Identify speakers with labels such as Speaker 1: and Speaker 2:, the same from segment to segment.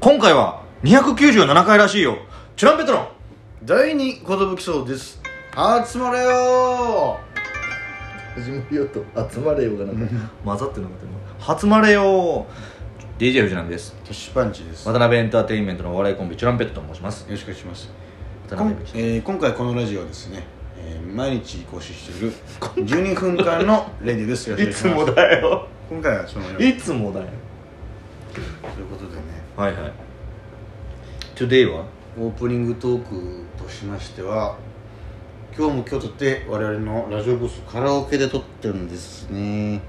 Speaker 1: 今回は297回らしいよチュランペットの
Speaker 2: 第二寿そうです集まれよー始まるよと集まれよがなんか
Speaker 1: 混ざってなかった今初まれよ DJ 藤波です
Speaker 2: トシパンチですよ
Speaker 1: 渡辺エンターテインメントのお笑いコンビチュランペットと申します
Speaker 2: ろしくお願いします
Speaker 1: 渡
Speaker 2: こん
Speaker 1: 辺でした
Speaker 2: えー今回このラジオはですね、えー毎日更新している12分間のレディ ですよろしくお願します
Speaker 1: だよ
Speaker 2: 今回はそのようとい
Speaker 1: いつもだよ
Speaker 2: うことでね
Speaker 1: はいはい Today は
Speaker 2: オープニングトークとしましては今日も今日とって我々のラジオブースカラオケで撮ってるんですね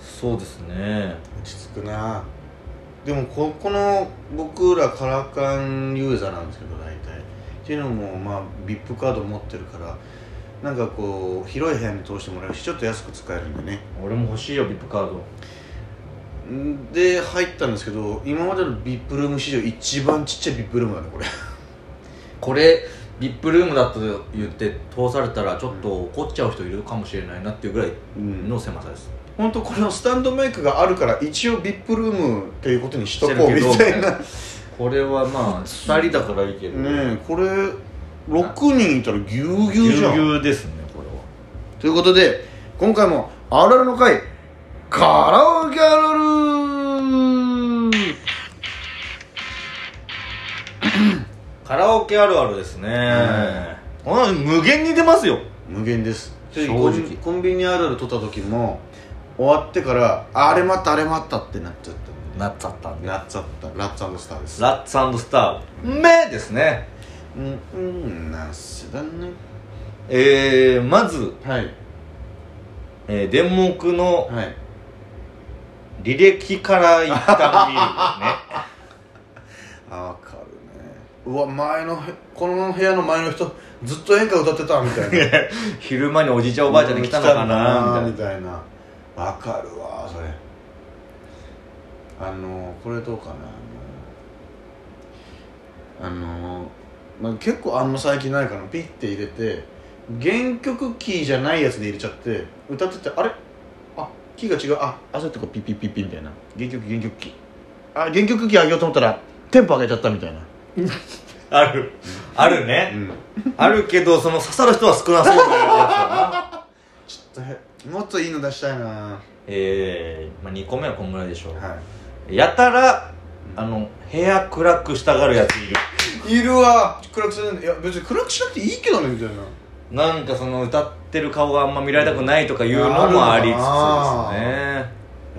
Speaker 1: そうですね
Speaker 2: 落ち着くなでもここの僕らカラカンユーザーなんですけど大体っていうのもまあ VIP カード持ってるからなんかこう広い部屋に通してもらうしちょっと安く使えるんでね
Speaker 1: 俺も欲しいよ VIP カード
Speaker 2: んで入ったんですけど今までの VIP ルーム史上一番ちっちゃい VIP ルームだねこれ
Speaker 1: これ VIP ルームだと言って通されたらちょっと怒っちゃう人いるかもしれないなっていうぐらいの狭さです、
Speaker 2: 本当これのスタンドメイクがあるから一応 VIP ルームっていうことにしとこうみ
Speaker 1: してるけど
Speaker 2: たいなね
Speaker 1: これはまあ2人だからいける
Speaker 2: えこれ6人いたらぎゅうぎ
Speaker 1: ぎゅ
Speaker 2: ゅう
Speaker 1: う
Speaker 2: じゃん
Speaker 1: ぎゅうですねこれは
Speaker 2: ということで今回も「あられの会カラオケあらる」
Speaker 1: カラオケあるあるですね、あ無限に出ますよ
Speaker 2: 無限です
Speaker 1: 正直
Speaker 2: コンビコンビニあるある撮った時も終わってから「あれまたあれまた」ってなっちゃった
Speaker 1: なっちゃったんで
Speaker 2: なっちゃったラッツスターです
Speaker 1: ラッツスター目ですね
Speaker 2: うんうんなんせだね
Speaker 1: えー、まず、
Speaker 2: はい
Speaker 1: えー、電目の
Speaker 2: はい
Speaker 1: 履歴から一旦
Speaker 2: あ分かるねうわ前のへこの部屋の前の人ずっと演歌歌ってたみた いな
Speaker 1: 見るね昼間におじいちゃんおばあちゃんで来たのかなみたい
Speaker 2: みたいなわかるわそれあのこれどうかなあのあの、まあ、結構あんま最近ないかなピッて入れて原曲キーじゃないやつで入れちゃって歌っててあれあキーが違うああそれってこうピッピッピッピッみたいな原曲原曲キーあ原曲キー上げようと思ったらテンポ上げちゃったみたいな
Speaker 1: なあるあるね、
Speaker 2: ん
Speaker 1: あるけどその刺さる人は少なそうだよな
Speaker 2: ちょっとへもっといいの出したいなは
Speaker 1: えー、まあ、2個目はこんぐらいでしょう
Speaker 2: い
Speaker 1: やたらあの部屋暗くしたがるやついる
Speaker 2: いるわ暗くするんいや別に暗くしなくていいけどねみたいな
Speaker 1: なんかその歌ってる顔があんま見られたくないとかいうのもありつつですね
Speaker 2: あ
Speaker 1: や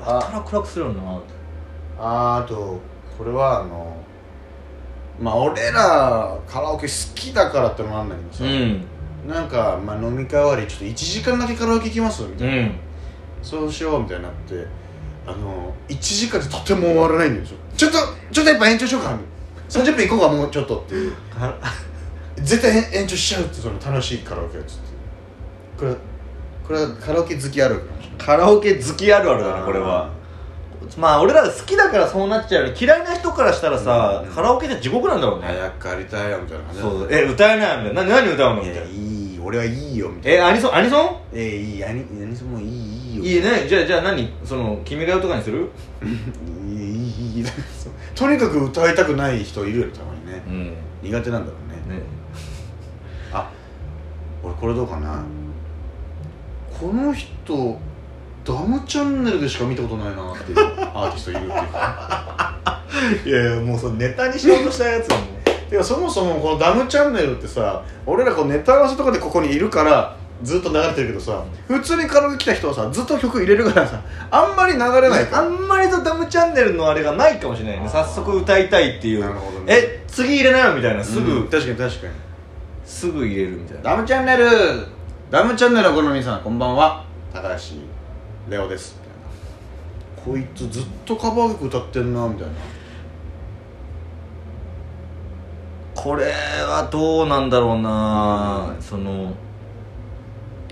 Speaker 1: たら暗くするよな
Speaker 2: あーあとこれはあのまあ俺らカラオケ好きだからってのもあるんだけど
Speaker 1: う
Speaker 2: さ、
Speaker 1: ん
Speaker 2: なんか、まあ、飲み会終わりちょっと1時間だけカラオケ行きますみた
Speaker 1: う
Speaker 2: いな、
Speaker 1: ん
Speaker 2: そうしようみたいになってあの1時間でとても終わらないんですよちょっとちょっとやっぱ延長しようか30分行こうかもうちょっとっていう絶対延延長しちゃうってその楽しいカラオケやつってこれこれはカラオケ好きあるかもしれない
Speaker 1: カラオケ好きあるあるだなこれはまあ俺らが好きだからそうなっちゃうよね嫌いな人からしたらさ、
Speaker 2: うん
Speaker 1: カラオケじゃ地獄なんだろうね、
Speaker 2: 早く帰りたいよみたいな感じだった
Speaker 1: そうえ歌えないみたいなな何歌うのみ
Speaker 2: い
Speaker 1: たいな
Speaker 2: やいい俺はいいよみたい
Speaker 1: え
Speaker 2: な
Speaker 1: アニソンアニソン
Speaker 2: えいいアニアニソンもいいいいよ
Speaker 1: いいねじゃあじゃあ何その「君が代」とかにする
Speaker 2: いいいいいいそうとにかく歌いたくない人いるよねたまにね
Speaker 1: うん
Speaker 2: 苦手なんだろうね
Speaker 1: ね
Speaker 2: あ俺これどうかなこの人ダムチャンネルでしか見たことないなっていうアーティストいるっていうか
Speaker 1: いやいやもうそのネタにしようとしたやつも
Speaker 2: てかそもそもこのダムチャンネルってさ俺らこうネタ合わせとかでここにいるからずっと流れてるけどさ普通にカラオケ来た人はさずっと曲入れるからさあんまり流れないから
Speaker 1: あんまりとダムチャンネルのあれがないかもしれないね早速歌いたいっていう
Speaker 2: なるほどね
Speaker 1: え次入れなよみたいなすぐ、
Speaker 2: うん確かに確かに
Speaker 1: すぐ入れるみたいな
Speaker 2: ダムチャンネルダムチャンネルをご覧の皆さんこんばんは高橋レオですみたいなこいつずっとカバー曲歌ってんなみたいな
Speaker 1: これはどうなんだろうな、その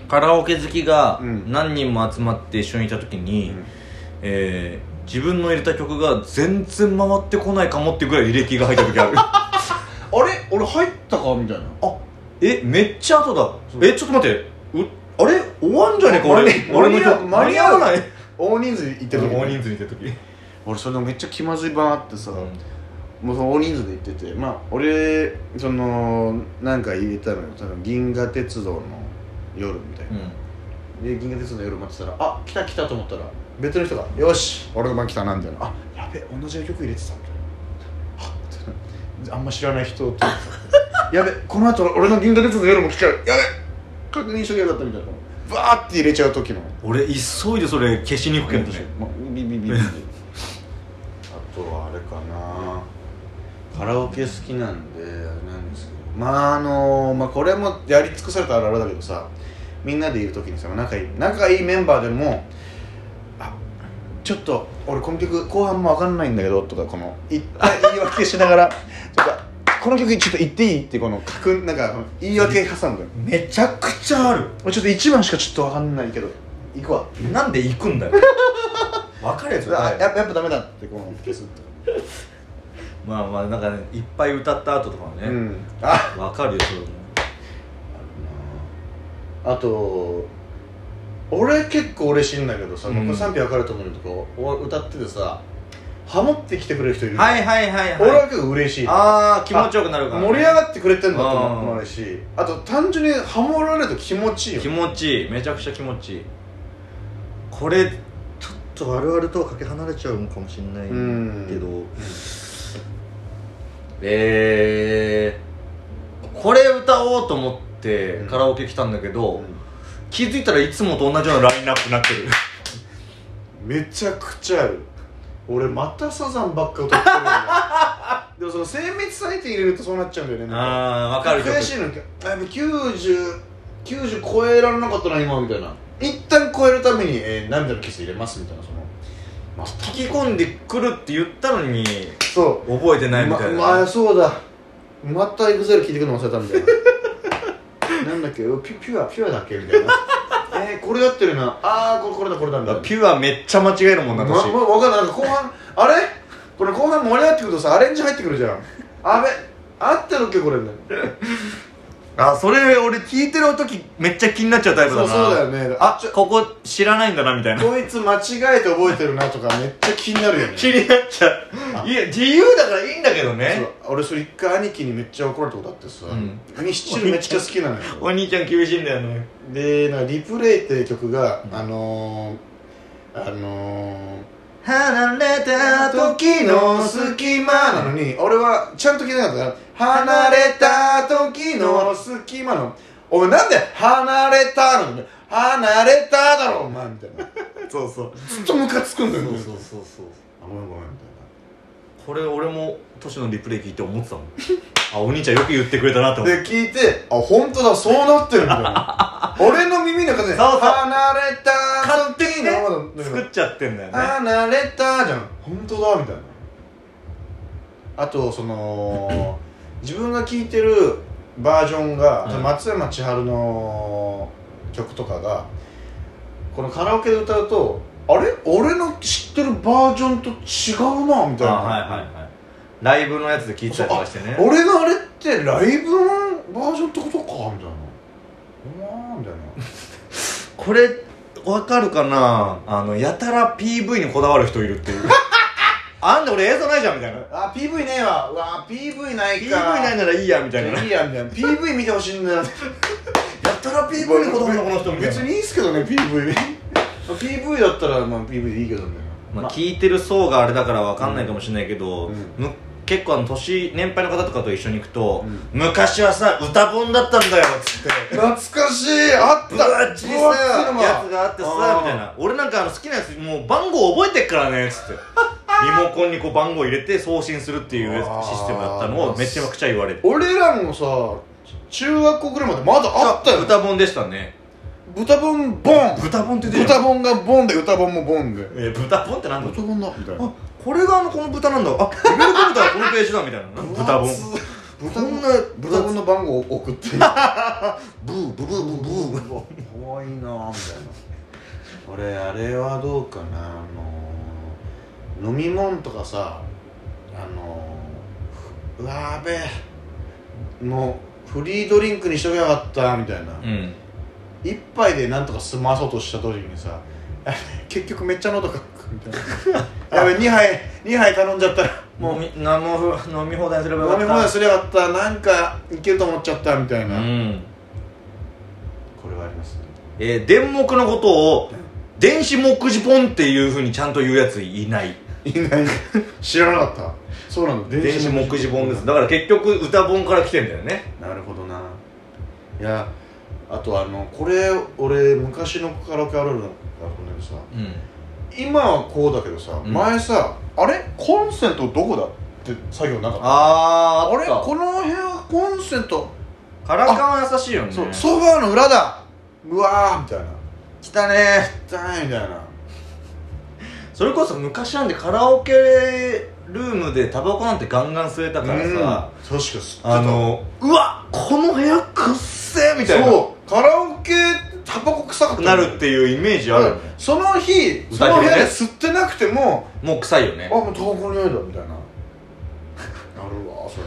Speaker 1: カラオケ好きが
Speaker 2: うん
Speaker 1: 何人も集まって一緒にいた時に、
Speaker 2: うん
Speaker 1: えー自分の入れた曲が全然回ってこないかもってぐらい履歴が入った時ある
Speaker 2: あれ俺入ったかみたいな
Speaker 1: あえめっちゃ後だ
Speaker 2: そう
Speaker 1: えちょっと待ってうあれ終わんじゃねえか
Speaker 2: 間
Speaker 1: 俺
Speaker 2: に
Speaker 1: 俺の曲
Speaker 2: 間に合う
Speaker 1: 間に合わない
Speaker 2: 大人数で行ってる時
Speaker 1: 数いた時
Speaker 2: 俺それでもめっちゃ気まずい場あってさ、もうその大人数で行っててまあ俺そのなんか入れたのよ多分銀河鉄道の夜みたいな、で銀河鉄道の夜待ってたらあ来た来たと思ったら別の人が「よし俺の番来たな」みたいな「あやべ同じ曲入れてた」みたいなはっってなあんま知らない人と やべこの後俺の銀河鉄道の夜も来ちゃうやべ確認しときゃよかったみたいなバーって入れちゃう時の
Speaker 1: 俺急いでそれ消しに行くけどね
Speaker 2: まあビビビビビあとはあれかなカラオケ好きなんであれなんですけどまああのまあこれもやり尽くされたあるあるだけどさみんなでいる時にさ仲いい仲いいメンバーでもあちょっと俺この曲後半も分かんないんだけどとかこのい言い訳しながらとかこの曲ちょっと言っていいってこの書くなんか言い訳挟むのよ
Speaker 1: めちゃくちゃある
Speaker 2: 俺ちょっと1番しかちょっと分かんないけど行くわ
Speaker 1: なんで行く んだよ分かるやつ
Speaker 2: あ
Speaker 1: だ
Speaker 2: やっぱやっぱダメだってこの消すって
Speaker 1: まあまあなんかねいっぱい歌った後とかは
Speaker 2: う
Speaker 1: ね
Speaker 2: ん、あ
Speaker 1: 分かるよそれも
Speaker 2: あと俺結構嬉しいんだけどさ、
Speaker 1: うん
Speaker 2: 僕賛否分かると思うんだけどお歌っててさハモってきてくれる人いる、
Speaker 1: はいはいはい
Speaker 2: 俺
Speaker 1: は
Speaker 2: はい結構嬉しい盛
Speaker 1: ああ気持ちよくなるから
Speaker 2: り上がってくれてんだと思う
Speaker 1: うん
Speaker 2: もあるしあと単純にハモられると気持ちいいよ
Speaker 1: 気
Speaker 2: ね
Speaker 1: 持ちいいめちゃくちゃ気持ちいいこれちょっと我々とはかけ離れちゃうのかもしれないけどえー、これ歌おうと思って
Speaker 2: うん
Speaker 1: カラオケ来たんだけど、
Speaker 2: う
Speaker 1: 気づいたらいつもと同じようなラインナップになってる
Speaker 2: んめちゃくちゃある俺またサザンばっか歌ってるよな でもその精密さえて入れるとそうなっちゃうんだよねなんか
Speaker 1: ああ分かる
Speaker 2: 悔しいのあやっぱ9090超えられなかったな今みたいな一旦超えるために、えー涙のキス入れますみたいなその、まあ、
Speaker 1: 聞き込んでくるって言ったのに
Speaker 2: そ
Speaker 1: 覚えて
Speaker 2: う
Speaker 1: ないみたいな、
Speaker 2: ままあそうだまたエグゼル聞いてくるの忘れたみたいな なんだっけピピュアピュアだっけみたいな えー、これやってるなああこれこれだこれだみたいな
Speaker 1: ピュアめっちゃ間違えるもんな
Speaker 2: ま、ま、
Speaker 1: 私、
Speaker 2: 分かんないなんか後半あれこれ後半盛り上がってくるとさアレンジ入ってくるじゃんあべ合ってるっけこれみたいな
Speaker 1: あそれ俺聞いてる時めっちゃ気になっちゃうタイプだ
Speaker 2: そう
Speaker 1: な
Speaker 2: そうだよね
Speaker 1: あここ知らないんだなみたいな
Speaker 2: こいつ間違えて覚えてるなとかめっちゃ気になるよね
Speaker 1: 知り合っちゃういや自由だからいいんだけどね
Speaker 2: そう俺それ一回兄貴にめっちゃ怒られたことあってさ、
Speaker 1: うん
Speaker 2: 兄シチューめっちゃ好きなのよ
Speaker 1: お兄ちゃん厳しいんだよね
Speaker 2: でなんかリプレイって曲が、
Speaker 1: うん
Speaker 2: あのー、あのー
Speaker 1: 離れた
Speaker 2: 時の隙間なのに俺はちゃんと聞いてなかったから離れた時の隙間のお前なんで離れたの離れただろお前みたいな
Speaker 1: そうそう
Speaker 2: ずっとムカつくんだよね
Speaker 1: そうそうそう
Speaker 2: あごめんごめんみたいな
Speaker 1: これ俺もトシのリプレイ聞いて思ってた もんあお兄ちゃんよく言ってくれたなと思って
Speaker 2: で聞いてあ本当だそうなってるんだ よな俺の耳の中で
Speaker 1: そうそう
Speaker 2: 離れた
Speaker 1: 勝手にね
Speaker 2: そうだ
Speaker 1: 作っちゃってんだよね
Speaker 2: 離れたじゃん本当だみたいなあとその自分が聴いてるバージョンが、
Speaker 1: うん
Speaker 2: 松山千春の曲とかがこのカラオケで歌うとあれ俺の知ってるバージョンと違うなみた
Speaker 1: あ
Speaker 2: いな、
Speaker 1: はいはいはいライブのやつで聞いてたりとかしてね
Speaker 2: 俺のあれってライブのバージョンってことかみたいなおーみたいな
Speaker 1: これわかるかなあのやたら PV にこだわる人いる っていうあんで俺映像ないじゃんみたいな
Speaker 2: あ PV ねえわうわ PV ない
Speaker 1: PV
Speaker 2: か
Speaker 1: ないならいいやみたいなや
Speaker 2: いいやみたいな PV 見てほしいんだ よ
Speaker 1: たら PV にこだわるのこの人みたい
Speaker 2: 別
Speaker 1: な
Speaker 2: にいいっすけどね PV PV だったらまあ PV でいいけどみたいな
Speaker 1: ま
Speaker 2: ま
Speaker 1: あ、聞いてる層があれだからわかんないかもしれないけど、
Speaker 2: うん
Speaker 1: む結構あの年年配の方とかと一緒に行くと、
Speaker 2: う
Speaker 1: 昔はさ歌本だったんだよっつって
Speaker 2: 懐かしいあった
Speaker 1: うわ小さ
Speaker 2: 分厚いの
Speaker 1: い
Speaker 2: が
Speaker 1: やつがあってさ
Speaker 2: あー
Speaker 1: みたいな俺なんかあの好きなやつもう番号覚えてっからねっつってリモコンにこう番号入れて送信するっていう
Speaker 2: あー
Speaker 1: システムだったのをめちゃくちゃ言われる
Speaker 2: 俺らもさ中学校ぐらいまでまだあったよ
Speaker 1: 歌本でしたね
Speaker 2: 豚ボンボン
Speaker 1: 豚本って出る
Speaker 2: 豚ボンがボンで歌ボンもボンで
Speaker 1: え豚本ってなんだ
Speaker 2: 豚ボンだみたいな
Speaker 1: あこれがあのこの豚なんだあレベルコンタはこのページだみたいな 豚本こ
Speaker 2: 豚ボ
Speaker 1: ん
Speaker 2: ン
Speaker 1: な
Speaker 2: 豚ボンの番号を送 って
Speaker 1: ブーブーブーブーブー
Speaker 2: 怖いなぁみたいな俺あれはどうかなあのー飲み物とかさあのーうわーべえもうフリードリンクにしときゃよかったみたいな
Speaker 1: うん
Speaker 2: 一杯でなんとか済まそうとした時にさ 結局めっちゃ喉かくみたいなやべ2杯2杯頼んじゃったらもう
Speaker 1: もうみ何もふ飲み放題すればよか
Speaker 2: 飲
Speaker 1: った
Speaker 2: み放題すればよかったなんかいけると思っちゃったみたいうな、
Speaker 1: ん
Speaker 2: これはありますね
Speaker 1: えー電木のことを電子木字ポンっていうふうにちゃんと言うやついない
Speaker 2: いない知らなかったそうなんだ
Speaker 1: 電子木字本ですだから結局歌本から来てんだよね
Speaker 2: なるほどないやあとあのこれ俺昔のカラオケあるあるなんだけどさ
Speaker 1: うん
Speaker 2: 今はこうだけどさ、
Speaker 1: うん
Speaker 2: 前さあれコンセントどこだって作業なかった
Speaker 1: あー
Speaker 2: あれ
Speaker 1: あ
Speaker 2: この辺はコンセント、
Speaker 1: カラカンは優しいよね
Speaker 2: そうソファーの裏だうわーみたいな
Speaker 1: 来たね
Speaker 2: 痛いみたいな
Speaker 1: それこそ昔なんでカラオケルームでタバコなんてガンガン吸えたからさ、
Speaker 2: うん確かす
Speaker 1: あのうわこの部屋くっせえみたいな
Speaker 2: そうカラオケタバコ臭かった
Speaker 1: なるっていうイメージあるよね、
Speaker 2: その日その部屋で吸ってなくても、
Speaker 1: もう臭いよね
Speaker 2: あもうタバコの匂いだみたいななるわそれ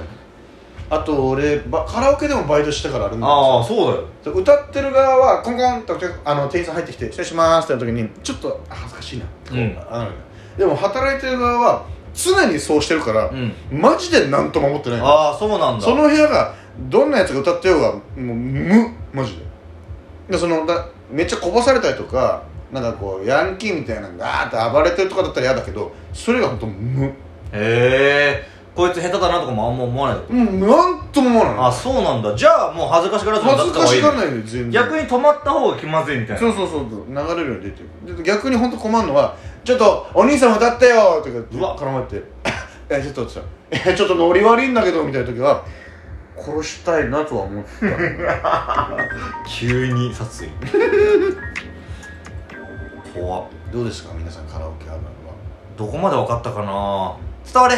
Speaker 2: あと俺ばカラオケでもバイトしてからあるんだけ
Speaker 1: あ
Speaker 2: ど
Speaker 1: あそうだよ
Speaker 2: さ歌ってる側はコンコンとあの店員さん入ってきて「失礼します」って言った時にちょっとあ恥ずかしいな、
Speaker 1: うん
Speaker 2: あなるよねでも働いてる側は常にそうしてるから、
Speaker 1: うん
Speaker 2: マジで何とも思ってないの
Speaker 1: ああそうなんだ
Speaker 2: その部屋がどんなやつが歌ってようがもう無マジででそのだめっちゃこぼされたりとかなんかこうヤンキーみたいなのがあーって暴れてるとかだったら嫌だけどそれが本当無
Speaker 1: へえこいつ下手だなとかもあんま思わない
Speaker 2: もうなんとも思
Speaker 1: あ
Speaker 2: わな
Speaker 1: そうなんだじゃあもう恥ずかしがら
Speaker 2: い
Speaker 1: ずに歌
Speaker 2: 恥
Speaker 1: っ
Speaker 2: ず
Speaker 1: た方
Speaker 2: か
Speaker 1: がい
Speaker 2: し
Speaker 1: い
Speaker 2: がらないで全然
Speaker 1: 逆に止まった方が気まずいみたいな
Speaker 2: そうそうそう流れるように出てるで逆に本当困るのは「ちょっとお兄さん歌ってよ」とか
Speaker 1: うわ
Speaker 2: 絡まれて 「えちょっと」ってさえちょっとノリ悪いんだけど」みたいな時は殺したいなとは 思ってた
Speaker 1: 急に 殺意怖っ
Speaker 2: どうですか皆さんカラオケあるあるは
Speaker 1: どこまで分かったかな伝われ